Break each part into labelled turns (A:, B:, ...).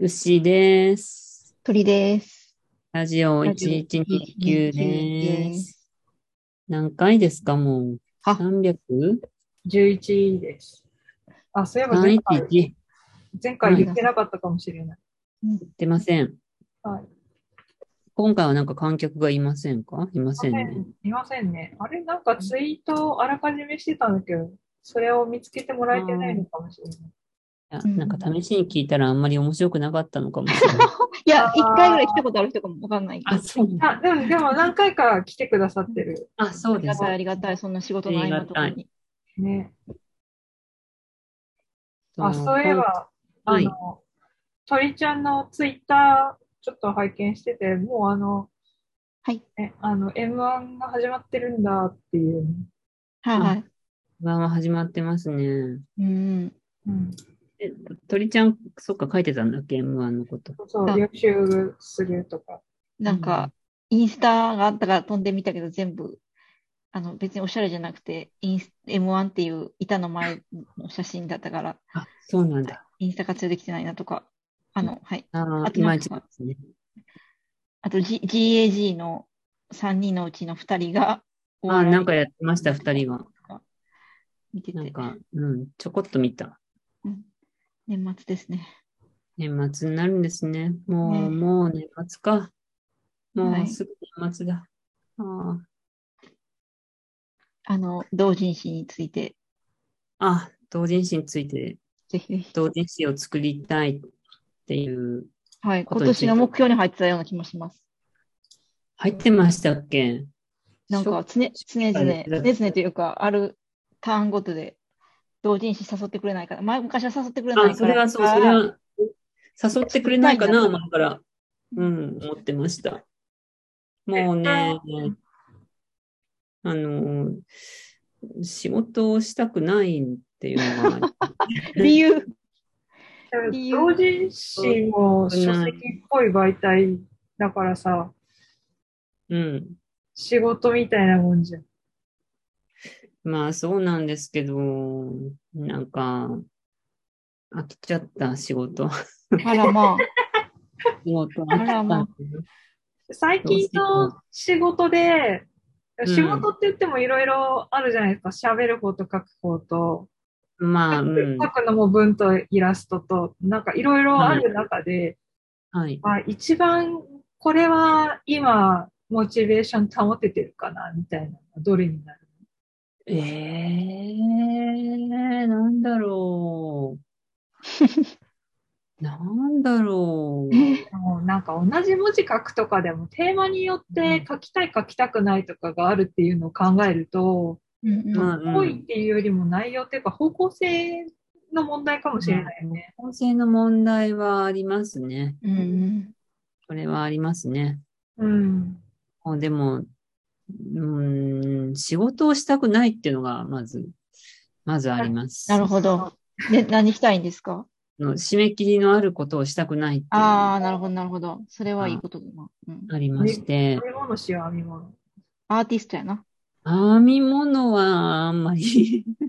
A: 牛です。
B: 鳥です。
A: ラジオ
B: ラジオ
A: 1129です。何回ですか、もう。
B: あ
A: 300?
C: 11です。あ、そういえば前回
A: 311言っ
C: 前回言ってなかったかもしれない。
A: てません。
C: はい。
A: 今回はなんか観客がいませんかいません
C: いま
A: ね。
C: せんいませんね。あれ、なんかツイートをあらかじめしてたんだけど、それを見つけてもらえてないのかもしれない。
A: いや
B: うん
A: なんか試しに聞いたらあんまり面白くなかったのかもしれない。
B: いや
C: あ、ー
B: 一回ぐらい来たことある人かもわかんないけ ど。
A: あ、そうなんだ
C: あ、でも、でも何回か来てくださってる。
A: あ、そう
B: あり
A: で
B: が
A: す
B: た。い、ありがたい。そんな仕事の合間とかに。
C: ね。
A: の
C: あ、そういえ。ば、あ
A: はい
C: の、鳥ちゃんのツイッター、ちょっと拝見してて、もうあの、
B: はい。
C: え、あの、M1 が始まってるんだっていうね。
B: はいはい。
A: 不安は始まってますね。
B: うん。
C: うん。
A: え鳥ちゃん、そっか、書いてたんだっけ ?M1 のこと。
C: そう、予習するとか。
B: なんか、インスタがあったから飛んでみたけど、全部、あの、別におしゃれじゃなくて、インス M1 っていう板の前の写真だったから、
A: あ、そうなんだ。
B: インスタ活用できてないなとか、あの、はい。
A: あー
B: あと
A: いま
B: なん
A: い
B: か
A: ちですね。
B: あと、G、GAG の3人のうちの2人が、
A: あー、なんかやってました、二人が。
B: 見て
A: なん
B: て、
A: か、うん、ちょこっと見た。
B: うん年末ですね。
A: 年末になるんですね。もう、
B: ね
A: もう年末か。
B: は
A: もう
B: い
A: すぐ年末だ。
B: あの、同人誌について、
A: あーあ、同人誌について、
B: ぜひぜひ。
A: 同人誌を作りたいっていう、
B: はい、
A: こと
B: 今
A: について
B: 年の目標に入ってたような気もします。
A: 入ってましたっけ
B: なんか、常々、常
A: はい
B: 々、常々というか、あるターンごとで、同人誌誘ってくれないから、前昔は誘ってくれないか
A: あ、
B: ら、
A: それはそう、それは、誘ってくれないかな、前から。うん、思ってました。もうね、あの、仕事をしたくないっていうの が、
B: 理由、理由
C: 同人誌も書籍っぽい媒体だからさ、
A: うん、
C: 仕事みたいなもんじゃん。
A: まあそうなんですけど、なんか、飽きちゃった仕事。
B: あらまあ、
A: 仕事飽きちゃった
B: あらま
C: 最近の仕事で、
A: ん
C: 仕事って言ってもいろいろあるじゃないですか。喋る方と書く方と、
A: まあ、うん。
C: 書くのも文とイラストと、なんかいろいろある中で、
A: はい。
C: あ一番これは今、モチベーション保ててるかな、みたいなのはどれになる
A: ええー、なんだ ろう。なんだろ う。
C: もうなんか同じ文字書くとかでもテーマによって書きたい書きたくないとかがあるっていうのを考えると、
B: うんうん
A: まあ、
C: 多
A: う
C: いっ
A: ん。
C: ていうよりも内容っていうか方向性の問題かもしれないよね。
A: 構成の問題はありますね。
B: うんうん
A: これはありますね。
C: うん。
A: もうでも、うーん、仕事をしたくないっていうのが、まず、まずあります。
B: なるほど。で、何したいんですか
A: の締め切りのあることをしたくないっていうの
B: あ
A: が
B: あ、なるほど、なるほど。それはいいことだな。うん、
A: ありまして
C: 編、み物しよう、編み物。
B: アーティストやな。
A: 編み物はあんまり。
C: 編み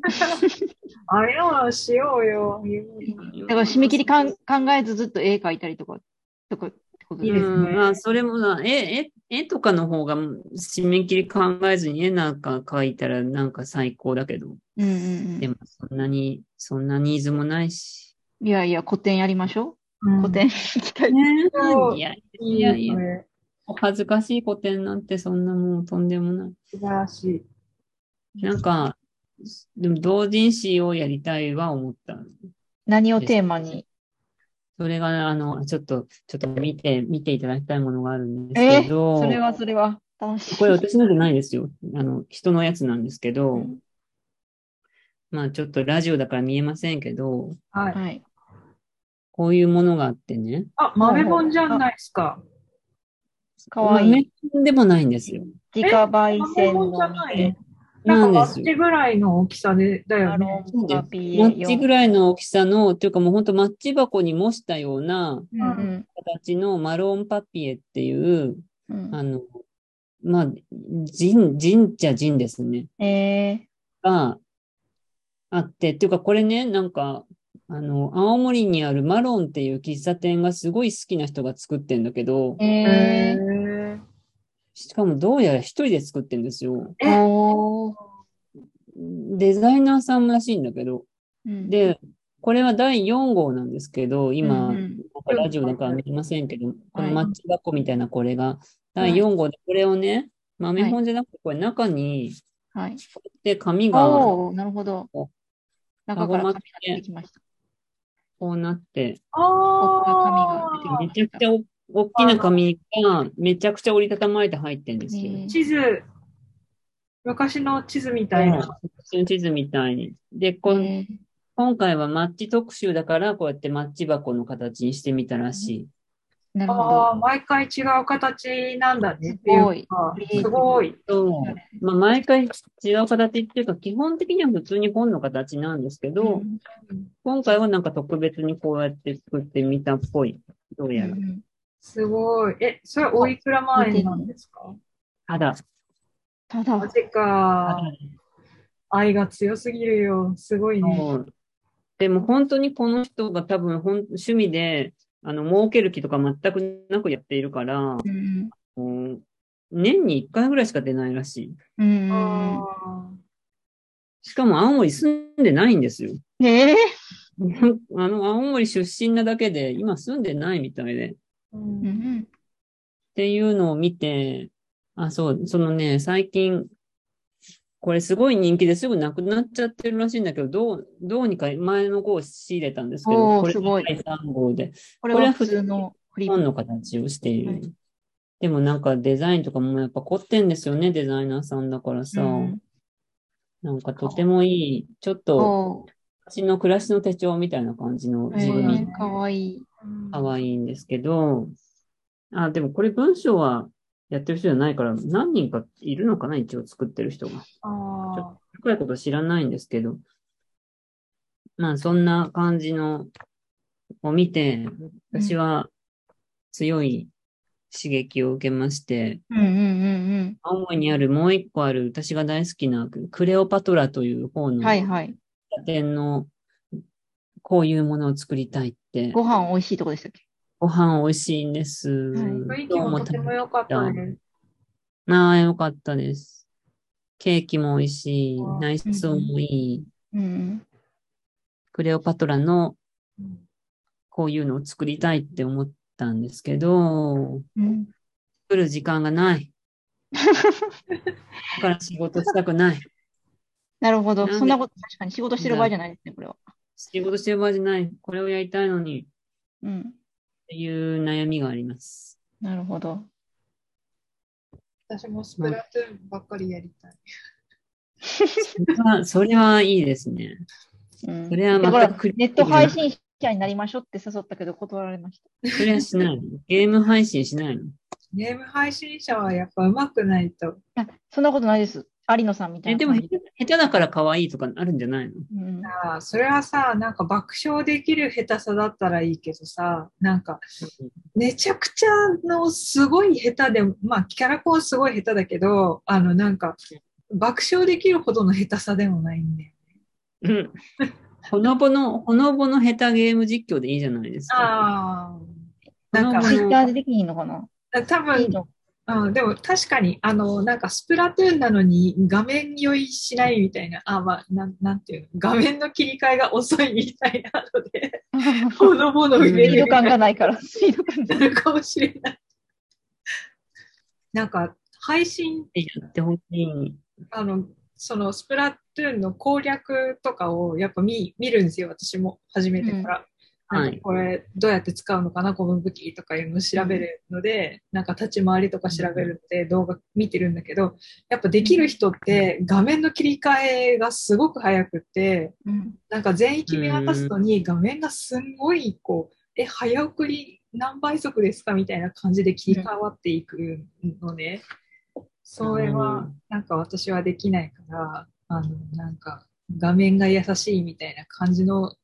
C: 物しようよ、編み物。
B: だから、締め切りかん考えずずっと絵描いたりとか、とかってこ
A: う
B: とで
C: い
B: すね
C: いですね
A: ん、まあ、それもな、絵、絵、絵とかの方が締め切り考えずに絵なんか描いたらなんか最高だけど、
B: うんうん
A: でもそんなに、そんなニーズもないし。
B: うん。いやいや、古典やりましょ
C: う
B: う。
C: ん
B: 古典行きたい。
A: ね
C: そう
A: いやい
C: いい
A: や
C: ね
A: いや、お恥ずかしい古典なんてそんなもうとんでもない。
C: 素晴らしい。
A: なんか、でも同人誌をやりたいは思った。
B: 何をテーマに
A: それが、あの、ちょっと、ちょっと見て、見ていただきたいものがあるんですけど、
B: それはそれは楽しい。
A: これ私のじゃないですよ。あの、人のやつなんですけど、
B: うん
A: まあちょっとラジオだから見えませんけど、
C: はい。
B: はい。
A: こういうものがあってね、
C: あ、豆本じゃないですか。
B: かわいい。
A: まあでもないんですよ。
B: 自家焙
C: 豆
B: 煎
C: 本
B: の
C: じゃない。
A: な
C: なんん
A: で
C: か
A: す
C: マ
A: よ
C: ッ。チぐらいの大きさで、だよ
B: ア
C: ね。
B: ロ
A: そう
B: ン
A: です
B: カピ
A: マ
B: エ
A: ッチぐ
B: 4。
A: らいの大きさの、というかもう本当マッチ箱に模したような
B: うんうん
A: 形のマロンパピエっていう、
B: うん
A: あの、まあ、人、人っちゃ人ですね。
B: えー
A: があって、っていうかこれね、なんか、あの、青森にあるマロンっていう喫茶店がすごい好きな人が作ってんだけど、
B: え
C: ー
A: しかもどうやら一人で作ってんですよ。
B: ー、おー
A: デザイナーさんらしいんだけど。
B: うん、
A: で、これは第4号なんですけど、今、
B: うんうん
A: なんかラジオだから見えませんけど、このマッチ箱みたいなこれが、
B: はい
A: 第4号でこれをね、豆本じゃなくて、これ中に、
B: はい。
A: で、紙が
B: おおなるほど
A: お。
B: 中から
A: 顎
B: 紙
A: 巻
B: が
A: きね
B: 出てきました。
A: こうなって、
C: あ
B: ここが
C: あ
B: 紙が出て
A: めちゃくちゃお大きな紙がめちゃくちゃ折りたたまれて入ってるんですよ。
B: ねえ
C: 地図、昔の地図みたいな。
A: その地図みたいに。で、こん
B: えー
A: 今回はマッチ特集だから、こうやってマッチ箱の形にしてみたらし
B: なるほど。
C: ああ、毎回違う形なんだねって
B: す
C: い
B: ごいう
C: か。すごい。
A: い。と、まあ、毎回違う形っていうか、基本的には普通に本の形なんですけど、
B: うん
A: 今回はなんか特別にこうやって作ってみたっぽい。どうやら
B: う。ん
C: すごい。え、それおいくら万円なんですか
A: ただ、
B: た
C: マ
B: だ、
C: ジか。愛が強すぎるよ。すごいね。
A: そうでも本当にこの人が多分本趣味で、あの、儲ける気とか全くなくやっているから、
B: うん
A: うん年に1回ぐらいしか出ないらしい。
B: うん
C: あ
A: しかも青森住んでないんですよ。
B: ねえ
A: あの、青森出身なだけで、今住んでないみたいで。っ
C: ーう
B: うんうんん
A: ていうのを見て、あ、そう、そのね、最近、これすごい人気ですぐなくなっちゃってるらしいんだけど、どう、どうにか前の号を仕入れたんですけ
B: おー
A: ど、これ
B: すごい
A: 第3号で、
B: これは普通のフリップ
A: 本の形をしている。
B: はい
A: でもなんかデザインとかもやっぱ凝ってんですよね、デザイナーさんだからさ。
B: うん
A: なんかとてもいい、ちょっと、
B: お
A: 私の暮らしの手帳みたいな感じの
B: ー
A: 自分
B: え
A: に
B: ーかわいい。
A: 可愛いんですけど、あ、でもこれ文章はやってる人じゃないから、何人かいるのかな一応作ってる人が。
C: あ
A: 深いこと知らないんですけど。まあそんな感じのを見て、私は強い刺激を受けまして、
B: うんうんうん
A: 青森にあるもう一個ある私が大好きなクレオパトラという方
B: う
A: の
B: ん。はいはい。
A: 家庭のこういうものを作りたいって、
B: ご飯美味しいとこでしたっけ
A: ご飯美味しいんです。
B: はい
C: ー雰囲気もとても良かったね。
A: ああ、よかったです。ケーキも美味しい
C: わあ、
A: 内装もいい、
B: うん
A: クレオパトラの
C: うん
A: こういうのを作りたいって思ったんですけど、
B: うん。
A: 作る時間がない。だから仕事したくない。
B: なるほど。
A: なんで
B: そんなこと、確かに仕事してる場合じゃないですね、これは。
A: 仕事してる場合じゃない。これをやりたいのに、っ
B: うん。
A: ていう悩みがあります。
B: なるほど。
C: 私もスプラトゥーンばっかりやりたい。
A: それは、それはいいですね。
B: うん
A: それは
B: だから
A: 全くクリ
B: ネ
A: エ
B: ッ
A: イティ
B: ト
A: ブな
B: 配信者になりましょうって誘ったけど断られました。
A: それはしないの。ゲーム配信しないの。
C: ゲーム配信者はやっぱ上手くないと。
B: あそんなことないです。有野さんみたい
A: え、
B: な
A: でも
B: 感
A: 下
B: じ。
A: 手下手だから可愛いとかあるんじゃないの
B: うん
C: あーそれはさ、なんか爆笑できる下手さだったらいいけどさ、なんかめちゃくちゃのすごい下手で、まあキャラコンはすごい下手だけど、あのなんか爆笑できるほどの下手さでもないんだよ。
A: うん。ほのぼの、ほのぼの下手ゲーム実況でいいじゃないですか。
C: ああ、なん
A: あ
B: ツ
A: の
B: イ
A: ー
C: か
B: ッターでできひんのかな
C: 多
B: いい
C: 分、
B: の
C: うん、でも確かに、あの、なんかスプラトゥーンなのに画面酔いしないみたいな、あ、まあ、なんなんていうの、画面の切り替えが遅いみたいなの で、ほのぼの
A: うん
C: 上
B: スピー
C: で
B: ド感がないから。スピード感
C: なるかもしれない。なんか、配信、
A: やってほしい。
C: あの、そのスプラトゥーンの攻略とかをやっぱ見見るんですよ、私も初めてから。
A: うん
C: なん
A: は
C: か
A: い
C: これどうやって使うのかな、この武器とかいうのを調べるので、なんか立ち回りとか調べるって動画見てるんだけど、やっぱできる人って画面の切り替えがすごく早くって、
B: うん
C: なんか全域見渡すのに画面がすんごいこう、え、早送り何倍速ですかみたいな感じで切り替わっていくのね。それ
A: う
C: は
A: ん、
C: なんか私はできないから、あの、なんか画面が優しいみたいな感 じの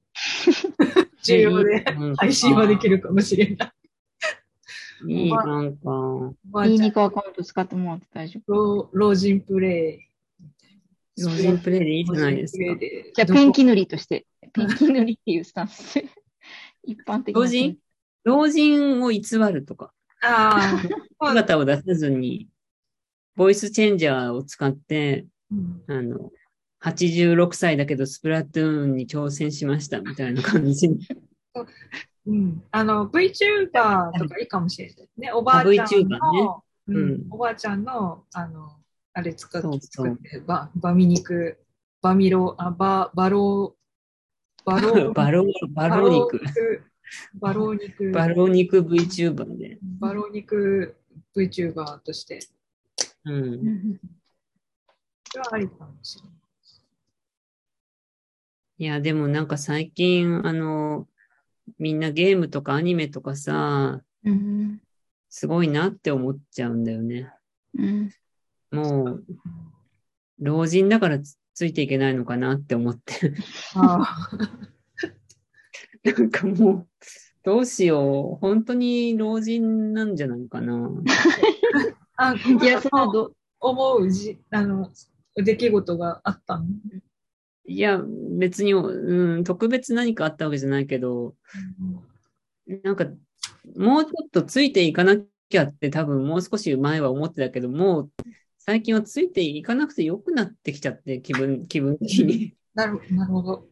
C: 重要で
A: うん
C: 配信はできるかもしれない。
A: いい、なんか。
C: おばあ
B: いい
C: ちゃん
B: 肉アカウント使ってもらって大丈夫。
C: 老老人プレイ。
A: 老人プレイでいいじゃないです
C: 老
A: か
C: 人。プレイで
B: じゃあペンキ塗りとしてペンキ塗りっていうスタンスで。一般的な。
A: 老人老人を偽るとか、
C: あ あ、
A: 姿を出さずに、ボイスチェンジャーを使って、
C: うん
A: あの、86歳だけどスプラトゥーンに挑戦しましたみたいな感じ。
C: うん、あの VTuber とかいいかもしれないね。おばあちゃん
A: VTuber ね
C: の、
A: ん
C: うんおばあちゃんの、あの、あれ作っ
A: そうそう
C: 作って、ババミ肉、バミロ、あババロー、バロ ー、
A: バロ、バロ肉。
C: バロー肉、
A: バロ肉 VTuber で。
C: バロー肉 VTuber として、
A: うん
B: う。ん
C: それはありかもし れない。
A: いや、でもなんか最近、あの、みんなゲームとかアニメとかさ、
B: うん。
A: すごいなって思っちゃうんだよね。
B: うん。
A: もう、老人だからつついていけないのかなって思って。
C: あ
A: なんかもう、どうしよう。本当に老人なんじゃないかな。
C: あ、
B: いや、そのど、
C: 思うじ、あの、出来事があったの。
A: いや、別に、うん、特別何かあったわけじゃないけど、なんか、もうちょっとついていかなきゃって多分もう少し前は思ってたけど、もう最近はついていかなくてよくなってきちゃって、気分、気分的に。
C: なるなるほど。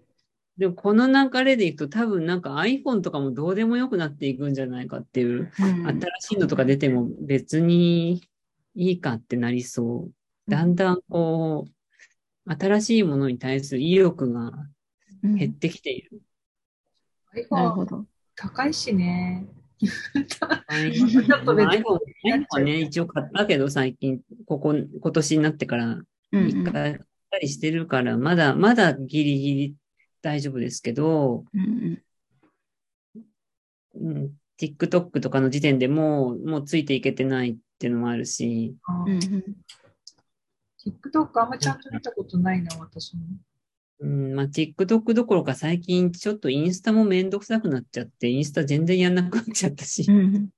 A: でもこの流れでいくと多分なんか iPhone とかもどうでもよくなっていくんじゃないかっていう、新しいのとか出ても別にいいかってなりそう。だんだんこう、新しいものに対する意欲が
B: うん
A: 減ってきている。
B: なる
C: iPhone
B: ほど。
C: 高いしね。
A: iPhone
C: ちょっと別に
A: はね、一応買ったけど最近、ここ、今年になってから
B: うんうん
A: 一回買ったりしてるから、まだ、まだギリギリ大丈夫ですけど、
B: うん
A: うん、TikTok とかの時点でもう、もうついていけてないっていうのもあるし、
C: あ
B: うんう
C: ー
B: んうん
C: TikTok あんまちゃんと見たことないな、私も。
A: うん、まあ TikTok どころか最近ちょっとインスタもめんどくさくなっちゃって、インスタ全然やんなくなっちゃったし
B: う、ん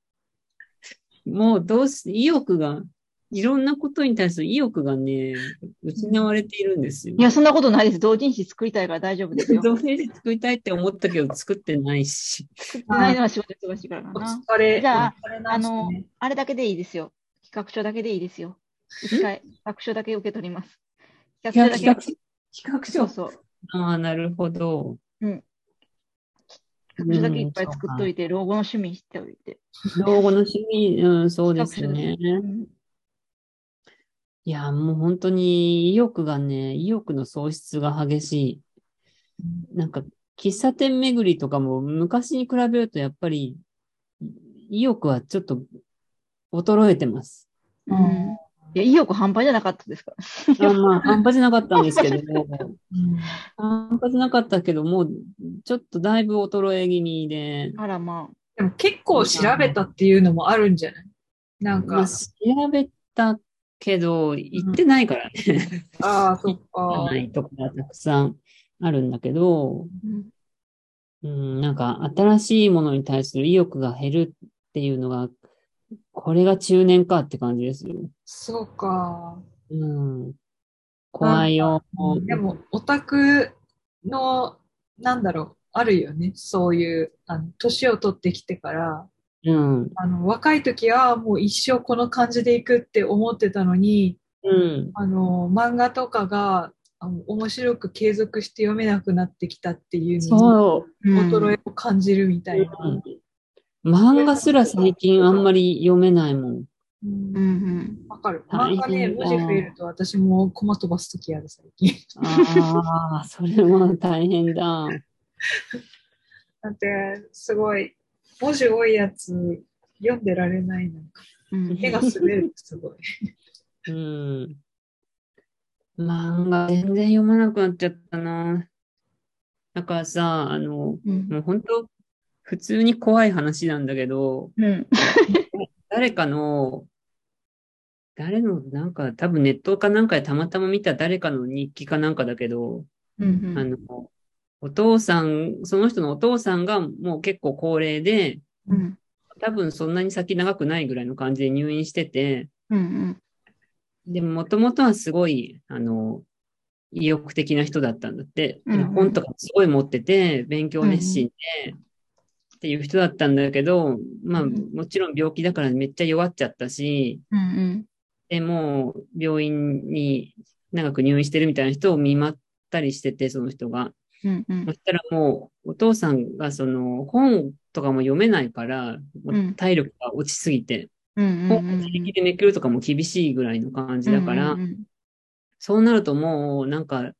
A: もうどうし、意欲が、いろんなことに対する意欲がね、失われているんですよ
B: い。や、そんなことないです。同人誌作りたいから大丈夫ですよ。
A: 同性誌作りたいって思ったけど作ってないし。
B: ないのは仕事忙しいからか
C: お
B: な。
C: 疲れ。
B: じゃあ
C: お疲れなんですね、
B: あれだけでいいですよ。企画書だけでいいですよ。一回、企画書だけ受け取ります。企画書だけ。
A: 企
B: そうそう。
A: ああ、なるほど。
B: 企画書だけいっぱい作っといて、老後の趣味にしておいて。
A: 老後の趣味、うん、そうですね。
B: うん
A: いや、もう本当に意欲がね、意欲の喪失が激しい。なんか、喫茶店巡りとかも昔に比べるとやっぱり、意欲はちょっと衰えてます。
B: うんいや、意欲半端じゃなかったですから。
A: あまあ、半端じゃなかったんですけど、
C: うん
A: 半端じゃなかったけど、もう、ちょっとだいぶ衰え気味で、
B: あら、まあ。
C: でも結構調べたっていうのもあるんじゃないなんか、
A: まあ、調べたけど、行ってないからね。
C: ああ、そっか。
A: ないところがたくさんあるんだけど、う
B: うん
A: ん、なんか新しいものに対する意欲が減るっていうのが、これが中年かって感じですよ。
C: そうか。
A: うん。怖いよ。
C: でも、オタクの、なんだろう、あるよね。そういう、あの、年を取ってきてから、
A: うん。
C: あの、若い時はもう一生この感じでいくって思ってたのに、
A: うん。
C: あの、漫画とかが、あの面白く継続して読めなくなってきたっていうの
A: そ
C: に、衰えを感じるみたいな。
A: う。うん、漫画すら最近あんまり読めないもん。
C: う
B: う
C: ん
B: んうん
C: わかる。
A: 大
C: 漫
A: 変
C: 画
A: だ
C: ね、文字増えると私もコマ飛ばすときある、最近。
A: ああ、それは大変だ。
C: だって、すごい、文字多いやつ読んでられないなんか。
B: うん
C: 手が滑る、すごい。
A: うん。漫画全然読まなくなっちゃったな。だからさ、あの、
B: うん
A: もう本当、普通に怖い話なんだけど、
B: うん
A: 誰かの、誰の、なんか、多分ネットかなんかでたまたま見た誰かの日記かなんかだけど、
B: うん
A: あの、お父さん、その人のお父さんがもう結構高齢で、
B: うん
A: 多分そんなに先長くないぐらいの感じで入院してて、
B: うんうん
A: でも、もともとはすごい、あの、意欲的な人だったんだって、
B: うんうん
A: 本とかすごい持ってて、勉強熱心で、っていう人だったんだけど、まあ、
B: うん
A: もちろん病気だからめっちゃ弱っちゃったし、
B: うん
A: でもう病院に長く入院してるみたいな人を見舞ったりしてて、その人が。
B: うんうん
A: そしたらもう、お父さんがその本とかも読めないから、もう
B: うん
A: 体力が落ちすぎて、
B: うんうんう
A: 本
B: ん
A: 自力でめくるとかも厳しいぐらいの感じだから、
B: うんうん
A: そうなるともうなんか、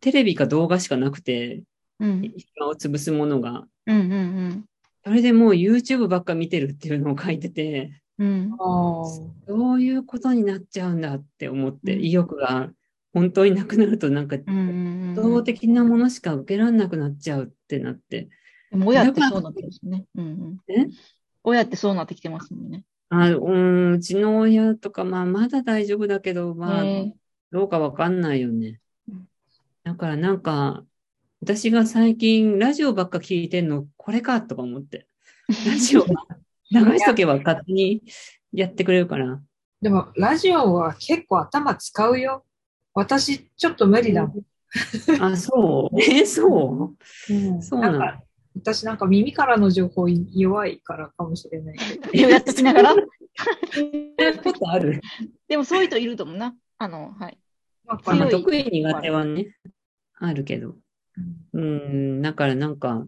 A: テレビか動画しかなくて、
B: うん
A: 暇を潰すものが。
B: うんうん
A: それでもう YouTube ばっか見てるっていうのを書いてて、
B: うん
C: あ
A: そういうことになっちゃうんだって思って、
B: うん
A: 意欲が本当になくなるとなんか、
B: うん
A: 動動的なものしか受けられなくなっちゃうってなって、
B: でも親ってそうなってますね。うんうん
A: え
B: 親ってそうなってきてますもんね。
A: あうん、うちの親とか、まあ、まだ大丈夫だけど、まあ、
B: ね
A: どうかわかんないよね
B: うん。
A: だからなんか、私が最近ラジオばっか聞いてんの、これかとか思って。ラジ オ流しとけば勝手にやってくれるから。
C: でも、ラジオは結構頭使うよ。私、ちょっと無理だもん。
A: あ、そう え、そう
C: うん
A: そうなの
C: んか私なんか耳からの情報弱いからかもしれないけど。
B: え。やってき ながら。
A: やることある。
B: でもそういう人いると思うな。あの、はい。
C: な
A: ま
C: ん
A: あ
C: か
A: まあ
B: 強い
A: 得意苦手はね、あるけど。うん、だからなんか、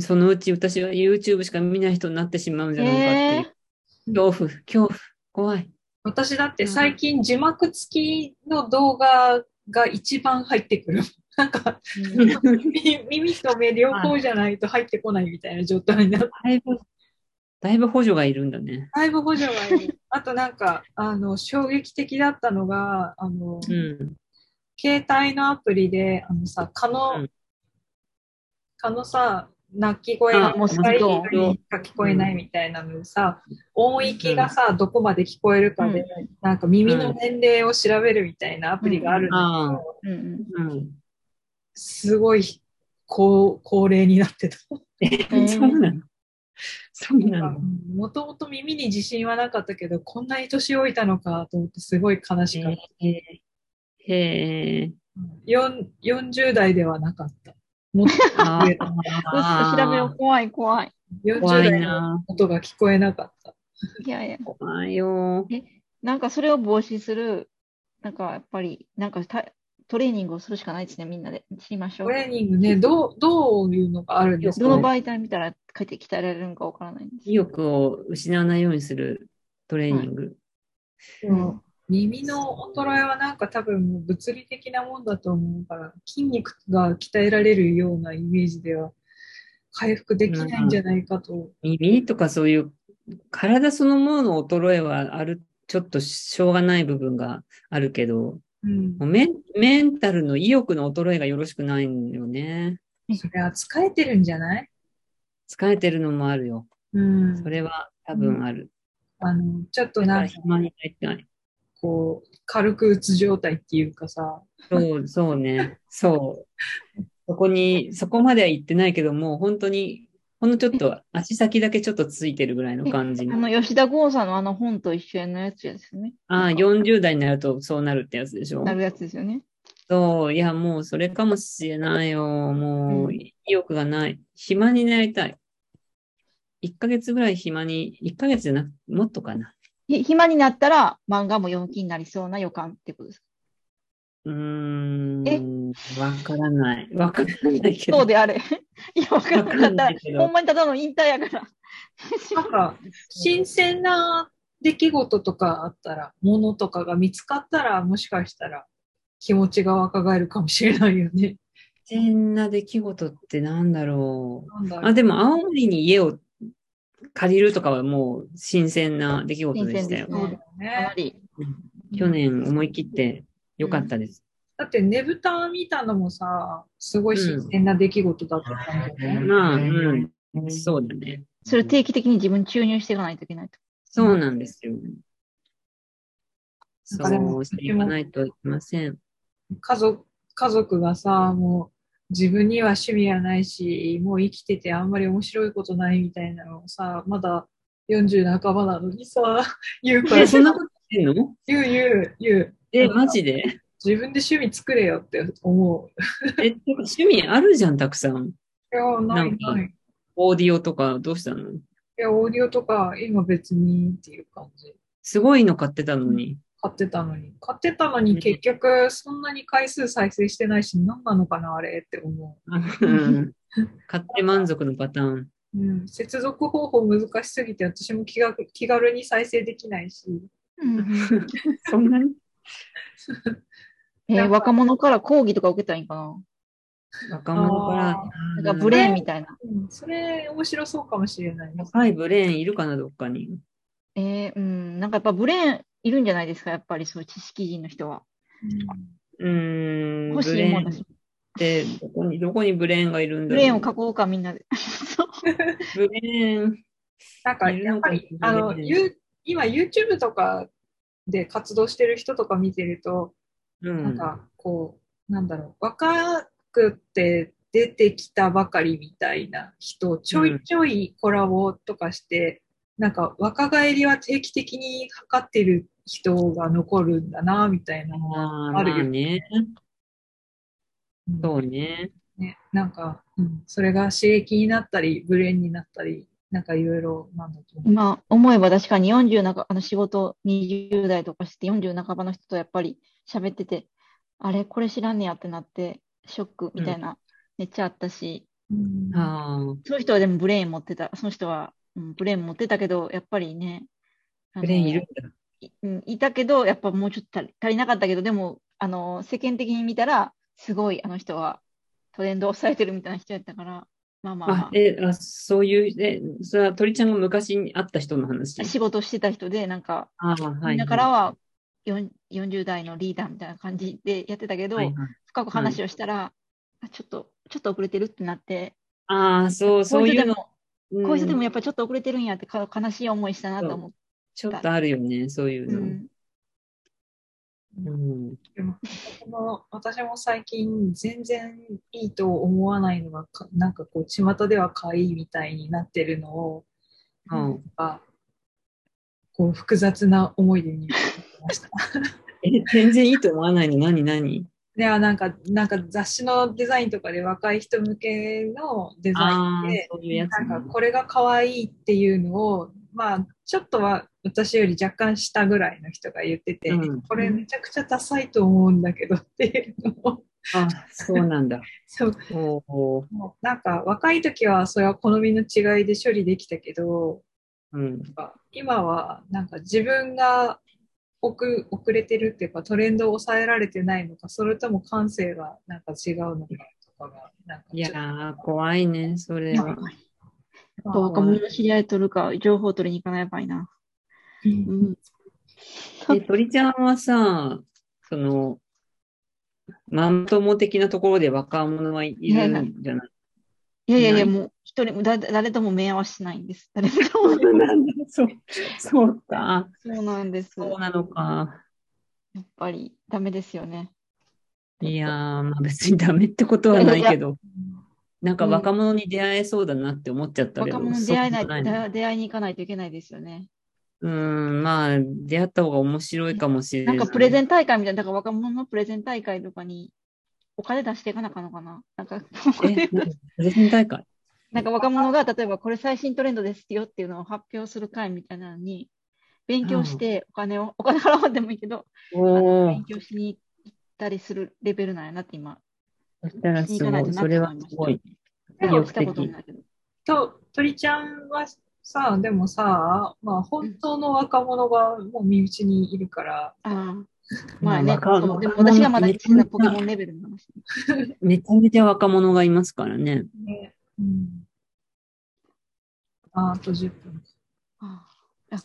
A: そのうち私は YouTube しか見ない人になってしまうんじゃないかっていう。恐怖、恐怖、怖 い。
C: 私だって最近字幕付きの動画が一番入ってくる。 なんか
B: うん
C: み耳と目両方じゃないと入ってこないみたいな状態になって。
A: だいぶ、だいぶ補助がいるんだね。
C: だいぶ補助がいる。あとなんか、あの、衝撃的だったのが、あの、
A: うん。
C: 携帯のアプリで、あのさ、蚊の、
A: うん
C: 蚊のさ、鳴き声が
A: あ
C: もう
B: モスキ
C: 最
B: ート
C: 近が聞こえないみたいなのにさ、音域がさ、どこまで聞こえるかで、なんか耳の年齢を調べるみたいなアプリがあるんだけど、
B: うんうん
A: うん。
C: すごい高高齢になってた。
B: うん
A: そうなのそうなの
C: もともと耳に自信はなかったけど、こんなに年老いたのかと思ってすごい悲しかった。
A: へえへえ。
C: 四40代ではなかった。もっと
A: あ
C: 増えた
B: どうした調べよう。怖い、怖い。
A: ー
C: 40
A: 怖い
C: 代の
A: な。
C: 音が聞こえなかった。
B: いやいや。
A: 怖いよ。
B: なんかそれを防止する、なんかやっぱり、なんかたトレーニングをするしかないですね、みんなで。しましょ
C: ト
B: う。
C: レーニングね、どう、どういうのがあるんです
B: ど
C: か
B: の
A: よ
B: 媒体見たら書いて鍛えられるのかわからないんです
A: 意
B: よ。
A: 欲を失わないようにするトレーニング。
C: でも耳の衰えはなんか多分もう物理的なもんだと思うから、筋肉が鍛えられるようなイメージでは回復できないんじゃないかと。
A: 耳とかそういう体そのものの衰えはある、ちょっとしょうがない部分があるけど、
C: うん
A: もう。メンメンタルの意欲の衰えがよろしくないんよね。
C: それは疲れてるんじゃない
A: 疲れてるのもあるよ。
C: うん
A: そ。れは多分ある。
C: あの、ちょっと
A: だか
C: な
A: ら
C: んか
A: 暇になりたい。
C: こう、軽く打つ状態っていうかさ、
A: そう、そうね。そう。そこに、そこまでは行ってないけど、もう本当に、ほんのちょっと足先だけちょっとついてるぐらいの感じ
B: あ
A: の。
B: の、吉田剛さんのあの本と一緒のやつですね。
A: ああ、40代になるとそうなるってやつでしょ
B: な。るやつですよね。
A: そう、いや、もうそれかもしれないよ。も
B: う
A: う、
B: ん
A: 意欲がない。暇になりたい。1ヶ月ぐらい暇に、1ヶ月じゃなく、もっとかな。
B: ひ暇になったら漫画も読む気になりそうな予感ってことです。
A: うーん、わからない。わからないけど。
B: そうであれ。 いや、わかんなか
A: わかん
B: っ
A: な
B: た
A: いけ。ど
B: ほんまにただの引退やから。
C: なんか新鮮な出来事とかあったら、ものとかが見つかったら、もしかしたら気持ちが若返るかもしれないよね。
A: 自然な出来事ってなんだろう。
C: なんだろ
A: あ、
C: う。
A: でも青森に家を借りるとかはもう新鮮な出来事でしたよ。
B: 新鮮
C: そうだよ
B: かな
C: ね。
B: り。
A: 去年思い切ってよかったです。
C: だってねぶた見たのもさ、すごい新鮮な出来事だったんだよね。
A: まあ、うん、そうだね。
B: それ定期的に自分注入していかないといけないと。
A: そうなんですよ。
C: なんかでも
A: そうしていかないといけません。
C: 家族、家族がさ、もう自分には趣味がないし、もう生きててあんまり面白いことないみたいなのをさ、まだ40半ばなのにさ、言うか
A: え、
C: ら、
A: そんなこと言ってんの
C: 言う言う言う。
A: え、マジで
C: 自分で趣味作れよって思う。
A: え、てか趣味あるじゃん、たくさん。
C: いや、ない
A: なんか
C: ない。い
A: オーディオとか、どうしたの
C: や、オーディオとか、今別にっていう感じ。
A: すごいの買ってたのに。
C: 買ってたのに。買ってたの
A: うん
C: に結局、そんなに回数再生してないし、何なのかな、あれって思
A: うん買って満足のパターン。
C: う。うん。接続方法難しすぎて、私も気が気軽に再生できないし。
B: うん
A: そんなに
B: えー若者から講義とか受けたらいいんかな
A: 若者から
C: あ。
B: なんかブレーン
A: ン。
B: みたいな。
C: うん。それ、面白そうかもしれないです。
A: 若いブレーンいるかな、どっかに。
B: えー、うん。なんかやっぱブレーンいるんじゃないですか、やっぱりそういう知識人の人は。
A: うーん。
B: 欲
A: ブ
B: しい
A: レー
B: も
A: ン
B: のだ
A: っ
B: し。
A: て、どこに、どこにブレーンがいるんだ
B: ブ
A: ろう
B: レーンを囲おうか、みんなで。そう
A: ブレーン。
C: なんか、やっぱり、あの、ゆう今 YouTube とかで活動してる人とか見てると、
A: う
C: なん
A: ん。
C: かこう、なんだろう、若くて出てきたばかりみたいな人、ちょいちょいコラボとかして、なんか若返りは定期的に測ってる人が残るんだな、みたいなの
A: ああ
C: があるよ
A: まあね。
C: うん
A: そうね。
C: ね。なんか、うん、それが刺激になったり、ブレーンになったり、なんかいろいろなんだと 思う。
B: 今思えば確かに40なかあの仕事20代とかして40半ばの人とやっぱり喋ってて、あれこれ知らんねやってなって、ショックみたいな、めっちゃあったし、
C: うん
A: あ
B: その人はでもブレーン持ってた、その人は、うん、ブレーン持ってたけど、やっぱりね、あ
A: あ。
B: の
A: ブレーンいるんだ。
B: いうんいたけど、やっぱもうちょっと足り足りなかったけど、でも、あの、世間的に見たら、すごいあの人はトレンドを抑えてるみたいな人やったから、まあまあま
A: あ、え、あ、そういう、え、それは鳥ちゃんが昔に会った人の話
B: あ、。仕事してた人で、なんか、
A: ああ、はい。
B: みんなからはよん40代のリーダーみたいな感じでやってたけど、
A: はいはい
B: 深く話をしたら、あちょっと、ちょっと遅れてるってなって、
A: ああ、そう、
B: こ
A: そうう
B: いう
A: い
B: 人
A: う
B: で
A: の。
B: も、
A: う
B: こういう人でも
A: ん
B: やっぱちょっと遅れてるんやってか悲しい思いしたなと思って、
A: ちょっとあるよね、そういう
B: う
A: の。
B: ん、
A: うん。
C: でも私も私も最近全然いいと思わないのがかなんかこう巷では可愛いみたいになってるのを、
A: うん
C: なんかこう複雑な思いで見てました。
A: え、全然いいと思わないの、何、何
C: ではなんかなんか雑誌のデザインとかで若い人向けのデザ
A: あ
C: イン
A: あ
C: で、
A: そういうやつ
C: な
A: ね。
C: んかこれが可愛いっていうのをまあちょっとは私より若干下ぐらいの人が言ってて、
A: うん
C: これめちゃくちゃダサいと思うんだけどっていうのを。
A: あ、そうなんだ。
C: そう
A: おお、
C: もうなんか若い時はそれは好みの違いで処理できたけど、
A: うん。
C: なんか今はなんか自分が遅遅れてるっていうかトレンドを抑えられてないのか、それとも感性がなんか違うのかとかが、なんか
A: い
C: ちょ
A: や
C: っと
A: ー、怖いね、それは。
C: まあ
B: 若者の知り合い取るか、情報取りに行かないやばいな。
C: う
B: う
C: ん
B: ん、
A: え、鳥ちゃんはさ、その、ママ友的なところで若者はいるんじゃ ない
B: いやいやいや、
A: ない
B: もう一人もだ、誰とも目合わせしないんです。誰とも。
A: なんだ、そう、そうか。
B: そうなんです。
A: そうなのか。
B: やっぱりダメですよね。
A: いやー、まあ別にダメってことはないけど、なんか
B: うん
A: 若者に出会えそうだなって思っちゃったけど、
B: 若者に出会えない
A: そうでも
B: 出、出会いに行かないといけないですよね。
A: うーん、まあ、出会った方が面白いかもしれ
B: な
A: ない。
B: んかプレゼン大会みたいな、だから若者のプレゼン大会とかにお金出していかなあかんのかな。なんか、
A: え、なんかプレゼン大会。
B: なんか若者が例えばこれ最新トレンドですよっていうのを発表する会みたいなのに、勉強してお金を、お金払わんでもいいけど、
A: おー
B: 勉、強しに行ったりするレベルなんやなって今、
A: そしたら
B: しに
A: す
B: 行かな
A: ご
B: い
A: い、
B: とな
A: それはすごい。
B: で
A: 意
B: も
A: 欲
B: したこと
A: 的。
B: ないけど。
C: と、鳥ちゃんはさ、でもさ、まあ本当の若者がもう身内にいるから、
B: ああ。ま
A: ま
B: あね、
A: あ若
B: そうでも
A: 若者
B: 私がまだ
A: め
B: 来
A: ち
B: て
A: ゃめ
B: な
A: ちゃ
B: ポケモンレベルの話。
A: めちゃめちゃ若者がいますからね。
C: ねうん、ああと10分。
B: ああ
A: あ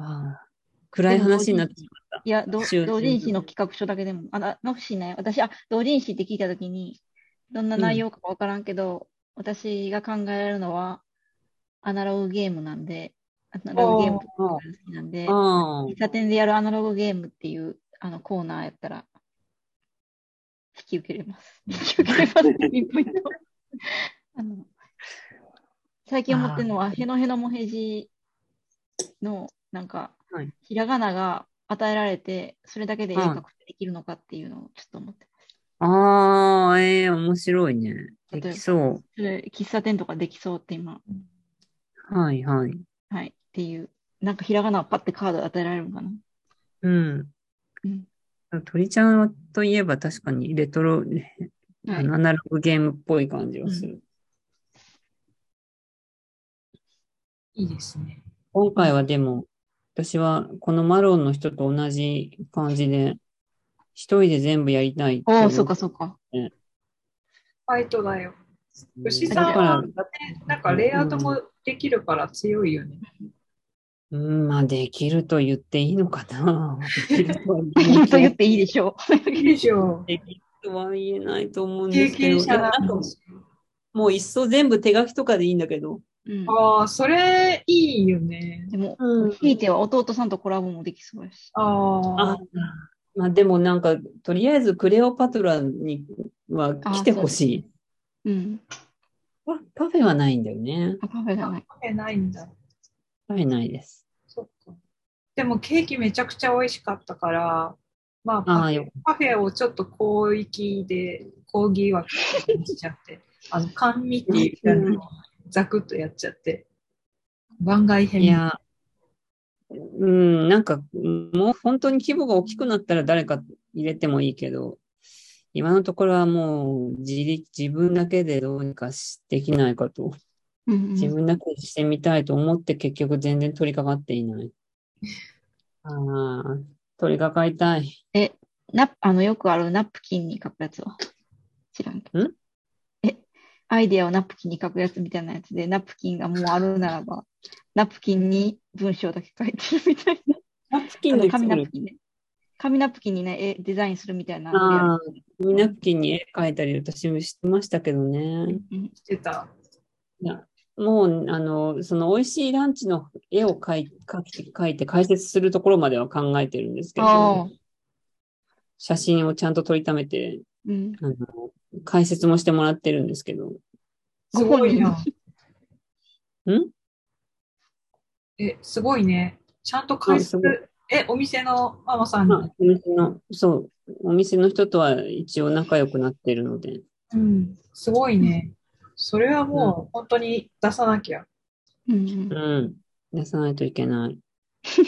A: あ暗い話になってしまった。
B: いや、ど
A: 集中
B: 同人誌の企画書だけでも、あの、ノフシね、私、あ、同人誌って聞いたときに、どんな内容かわからんけど、私が考えられるのは、アナログゲームなんで、アナログゲームとかが好きなんで、
A: ああ、
B: 喫茶店でやるアナログゲームっていうあのコーナーやったら、引き受けれます。引き受けれますっていうポイント。あの最近思ってるのは、へのへのもへじの、なんか、
A: はい
B: ひらがなが与えられて、それだけで絵描くできるのかっていうのをちょっと思ってま
A: ああ、ええ面白いね。できそ
B: す。それ喫茶店とかできそうって今、
A: う。はいはい。
B: はい、っていう。なんかひらがなをパッてカード与えられるのかな。
A: うん
B: うん。
A: 鳥ちゃんといえば確かにレトロ、
B: は
A: あ
B: い
A: のアナログゲームっぽい感じがする。
C: いいですね。
A: 今回はでも、私はこのマロンの人と同じ感じで、一人で全部やりたいって
B: お
A: 思
B: お、
A: って
B: そうかそうか。
C: ファイトだよ。牛
A: だ
C: さん
A: か
C: は
A: ら
C: ね、なんかレイアウトもできるから強いよね。
A: うん、まあできると言っていいのかな。できるとは言えない
B: と言っていいでしょ
C: いいでしょ
A: できるとは言えないと思う
C: う。
A: んで
C: 経
A: すけ
C: 験
A: ど、い
C: 者
A: や
C: な
A: なん
C: の
A: か。もういっそ全部手書きとかでいいんだけど。
B: う。うん、
C: ああ、それいいよね。
B: でも、
A: うん
B: ひいては弟さんとコラボもできそうやし。
C: あ
A: あ
C: あ、
A: まあでもなんか、とりあえずクレオパトラには来てほしい。
B: うん。
A: パパフェはないんだよね。
B: あカフェじゃない。
C: カフェないんだ。
A: パフェないです。
C: そっか。でもケーキめちゃくちゃ美味しかったから、まあ、
A: あ
C: パ
A: あ、
C: フェ
A: よかっ
C: パフェをちょっと広域で、抗議枠にしちゃって、 あの、甘味っていうやつをザクッとやっちゃって、番外
A: た。
C: 編
A: いや、うん、なんか、もう本当に規模が大きくなったら誰か入れてもいいけど、今のところはもう自力、自分だけでどうにかしできないかと、
B: うん
A: 自分だけでしてみたいと思って結局全然取り掛かっていない。ああ、取り掛かりたい。
B: ナあのよくあるナプキンに書くやつは。知らんけど。
A: ん
B: え、アイデアをナプキンに書くやつみたいなやつで、ナプキンがもうあるならば、ナプキンに文章だけ書いてるみたい な。
A: ナプキン
B: あの
A: で
B: 紙
A: 作
B: ナ
A: る
B: プ。キンね。紙ナプキンにね、えデザインするみたいな。
A: ああ、ミナプキンに絵描いたり、私もしてましたけどね。
B: うん
C: してた。
A: もう、あの、その美味しいランチの絵を描い描き描いて解説するところまでは考えてるんですけ
B: あ
A: ど
B: あ、、
A: 写真をちゃんと撮りためて、
B: うん。
A: あの、解説もしてもらってるんですけど。
C: すごいな。
A: ん
C: え、すごいね。ちゃんと解
A: あす
C: 説
A: ごい。
C: え、お店のママさんに。
A: まあ、お店の、そう、お店の人とは一応仲良くなってるので。
C: うん、すごいね。それはもう本当に出さなきゃ。
B: うんう
A: うんん。出さないといけ ない。ちょ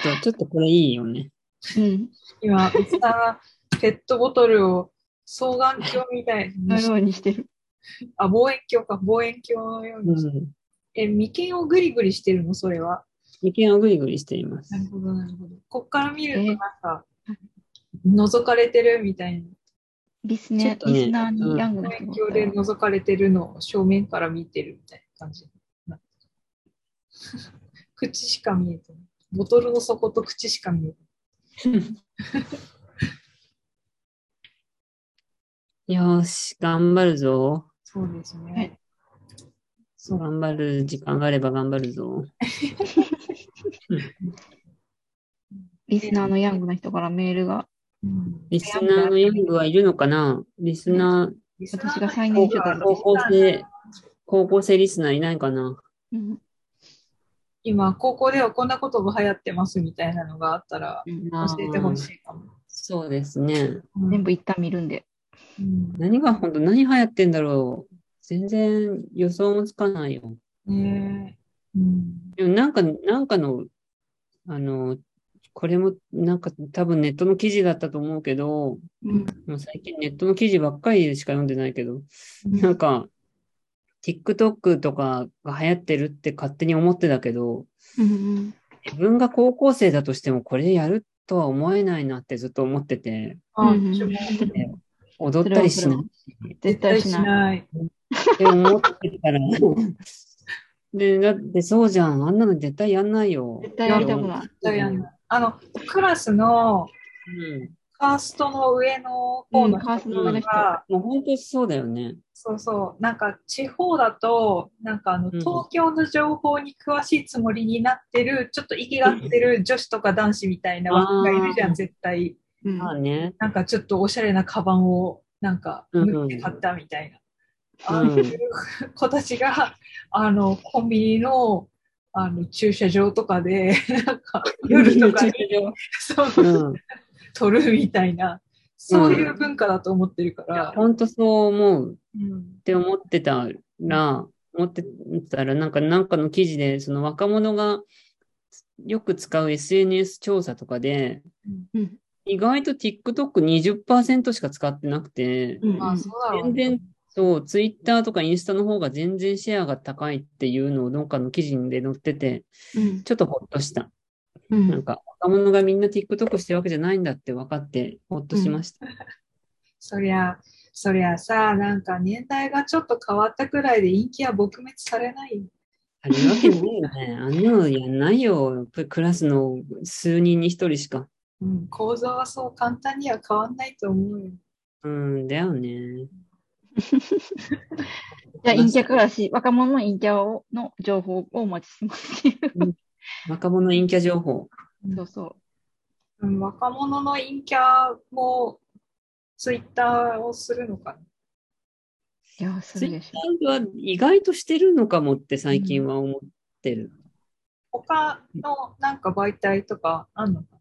A: っと、ちょっとこれいいよね。
B: うん。
C: 今、ミスターペットボトルを双眼鏡みたい
B: の
C: にし
B: ようにしてる。
C: あ、望遠鏡か、望遠鏡のよう
A: う
C: にして。
A: ん。
C: え、眉間をグリグリしてるの、それは。
A: 意見をぐりぐりしています
C: な。るほど、なるほど。こっから見ると
B: え
C: なんか、覗かれてるみたいな。
B: リス
A: ちょっ
B: ね、
A: とね
B: リスナー
A: うん
B: にヤング
C: 望
B: の人が
C: 遠鏡で覗かれてるのを正面から見てるみたいな感じ。口しか見えてない。ボトルの底と口しか見えてない。
A: よし、頑張るぞ。
C: そうですね。
B: はい
C: そう
A: 頑張る時間があれば頑張るぞ。
B: リスナーのヤングな人からメールが、
C: うん
A: リスナーのヤングはいるのかなリスナ
B: 私が最
A: ー、
B: 年
A: 高
B: 少だ
A: 高校生、高校生リスナーいないかな
B: うん
C: 今、高校ではこんなことが流行ってますみたいなのがあったら
B: うん
A: あ
C: 教えてほ
A: ー
C: しいかも。
A: そうですね。
C: うん
B: 全部一旦見るんで。
C: うん
A: 何が本当、何流行ってんだろう。全然予想もつかないよ。
C: ねえうん
A: でもなんか、なんかの、あの、これも、なんか多分ネットの記事だったと思うけど、
B: うん
A: もう最近ネットの記事ばっかりしか読んでないけど、なんか、TikTok とかが流行ってるって勝手に思ってたけど、
B: うん
A: 自分が高校生だとしてもこれやるとは思えないなってずっと思ってて、
C: あ
B: うん
C: 私
B: う
C: も
B: ん、
A: 踊ったりしない
B: 絶対しない。
C: ない。
A: って思ってたら、で、だってそうじゃん。あんなの絶対やんないよ。
B: 絶対やりたくない。
C: 絶対やんないあの、クラスの
A: うん。
C: カーストの上の
B: う
C: 方
B: ん、
C: の
B: カース
C: 人
B: の上の人。
C: が、
A: もう本当にそうだよね。
C: そうそう、なんか地方だと、なんかあの、
A: うん
C: 東京の情報に詳しいつもりになってる、ちょっと意義がってる女子とか男子みたいな枠がいるじゃ
A: あ
C: ん、
A: ー
C: 絶対。
B: うん
A: まあね。
C: なんかちょっとおしゃれなカバンをなんか
A: うんうん
C: 縫って買ったみたい
A: うん
C: な、ああいう子たちがあのコンビニのあの、駐車場とかで、なんか、夜とかに、そう、
A: うん。
C: 撮るみたいな、そういう文化だと思ってるから、
A: ほんとそう思う。
C: うん
A: っ。て思ってたら、思ってたら、なんか、なんかの記事で、その若者がよく使う SNS 調査とかで、
B: うん。
A: 意外と TikTok20% しか使ってなくて、
B: うん。
C: まあ、そうだろうね
A: 全然、そう、Twitter とかインスタの方が全然シェアが高いっていうのを、どっかの記事で載ってて、
B: うん。
A: ちょっとほっとした。
B: う
A: なん
B: ん。
A: か、若者がみんな TikTok してるわけじゃないんだって分かって、ほっとしました。
C: そりゃ、そりゃさ、なんか年代がちょっと変わったくらいで陰気は撲滅されないよ。
A: あるわけないよね。あんなのやんないよ。ククラスの数人に一人しか。
C: うん、構造はそう簡単には変わんないと思うよ。
A: うん、だよね。
B: じゃあ、陰キャ暮らし、若者の陰キャをの情報をお待ちしてますっていう。
A: 若者陰キャ情報。
B: そうそ
C: うん、若者の陰キャもツイッターをするのかな。
B: う。いや、そ
A: ツイ
B: れ
A: ッ
B: で
A: タ
B: しょ。
A: ーは意外としてるのかもって最近は思ってる。
C: 他のなんか媒体とかあんのかな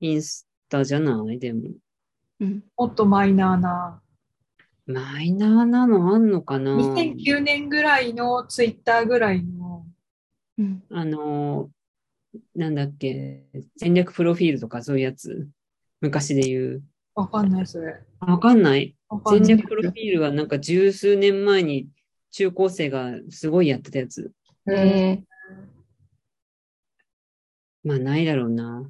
A: インスタじゃないでも。
B: うん。
C: もっとマイナーな。
A: マイナーなのあんのかな
C: 2009年ぐらいのツイッターぐらいの。
B: うん。
A: あの、なんだっけ、戦略プロフィールとかそういうやつ。昔で言う。
C: わかんない、それ。
A: わかんない。
C: わかん
A: 戦
C: ない。
A: 略プロフィールはなんか十数年前に中高生がすごいやってたやつ。
C: え
B: え
A: まあないだろうな。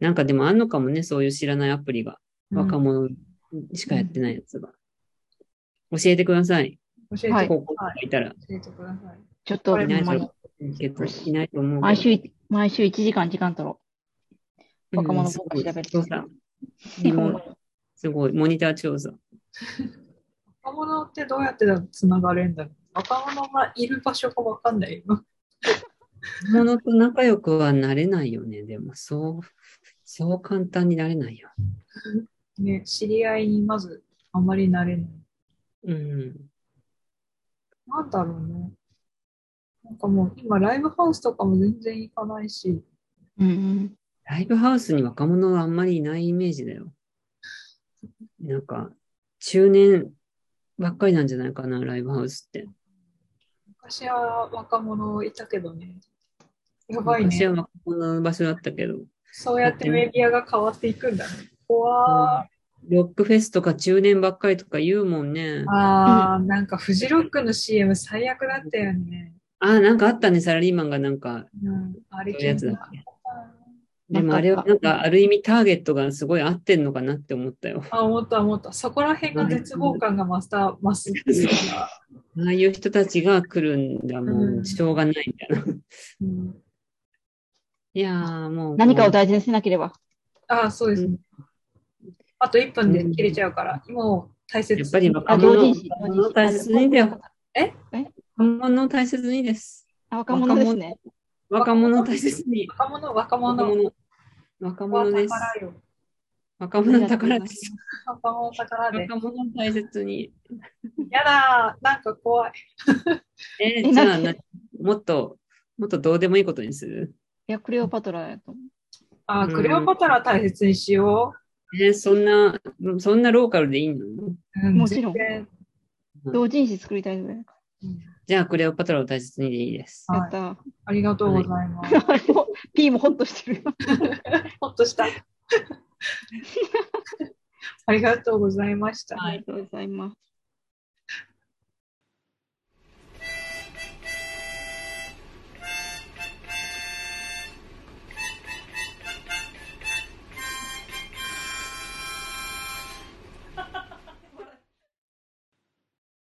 A: なんかでもあんのかもね、そういう知らないアプリが。
C: ー
A: 若者しかやってないやつが。教えてください。
C: うん教えて、
B: はい
C: 教
A: 高校生がいたら。
C: えてください。
B: ー、ちょっと、
C: これ
A: いないと
B: 毎
A: 思うけど、いないと思うけど。
B: 毎週、毎週1時間時間取ろ
A: うん、
B: 若者ばっ
A: す
B: か
A: ごい
B: 調べる
A: 調査
B: う。
A: リモすごい、モニター調査。
C: 若者ってどうやってつながれるんだろう。若者がいる場所がわかんないよ。
A: 若者と仲良くはなれないよね。でも、そう、そう簡単になれないよ。
C: ね、知り合いにまずあんまりなれない。
A: うん。
C: なんだろうね。なんかもう今ライブハウスとかも全然行かないし、
B: うんうん。
A: ライブハウスに若者はあんまりいないイメージだよ。なんか、中年ばっかりなんじゃないかな、ライブハウスって。
C: 昔は若者いたけどね。やばい
A: 昔
C: ね。
A: は若者の場所だったけど。
C: そうやってメディアが変わっていくんだね。怖
A: ロックフェスとか中年ばっかりとか言うもんね
C: ー。。あー、なんかフジロックの CM 最悪だったよね。
A: ああ、なんかあったね、サラリーマンがなんか、
C: うん、あれ
A: そういうやつだっけでも
B: な
A: あ
B: んか
A: れはなんかある意味ターゲットがすごい合ってんのかなって思ったよ。
C: あ、思った思った。そこら辺が絶望感が増した、増すっていうか。
A: ああいう人たちが来るんだも、
C: うんん
A: しょうがないみたいな。
C: うん
A: いやーもう。
B: 何かを大事にしなければ。
C: ああ、そうですね。
A: うん
C: あと1分で切れちゃうから、もう大切
A: やっぱり
B: あ、
A: 若
B: 同
A: 者
B: 人誌、
A: 若
B: 同
A: 者を大
B: 人誌。
A: 切にだよ。
C: え
A: 若者を大切にです。
B: あ、若者ですね。
A: 若者を大切に。
C: 若者、
A: 若
C: 若者、
A: 者。若
C: 若
A: 者
C: 者
A: です。
C: 宝よ。
A: 若者の宝です。
C: 若者宝で。
A: 若者を大切に。
C: やだー、なんか怖い。
A: え
B: え
A: じゃあ
B: なん
A: な、もっと、もっとどうでもいいことにする
B: いや、クレオパトラやと思
C: あー、
A: うん
C: クレオパトラ大切にしよ
A: えそんな、そんなローカルでいいの
C: う。うん
B: もちろん
C: 全然
B: う。同人誌作りたいぐらいだか
C: うん
A: じゃあ、クレオパトラを大切にでいいです。
B: ら。
C: は
B: や
C: い
B: ったー。
C: ありがとうございます。
B: あれも、P もホッとしてる。
C: ほっとした。 ありがとうございました。
B: ありがとうございます。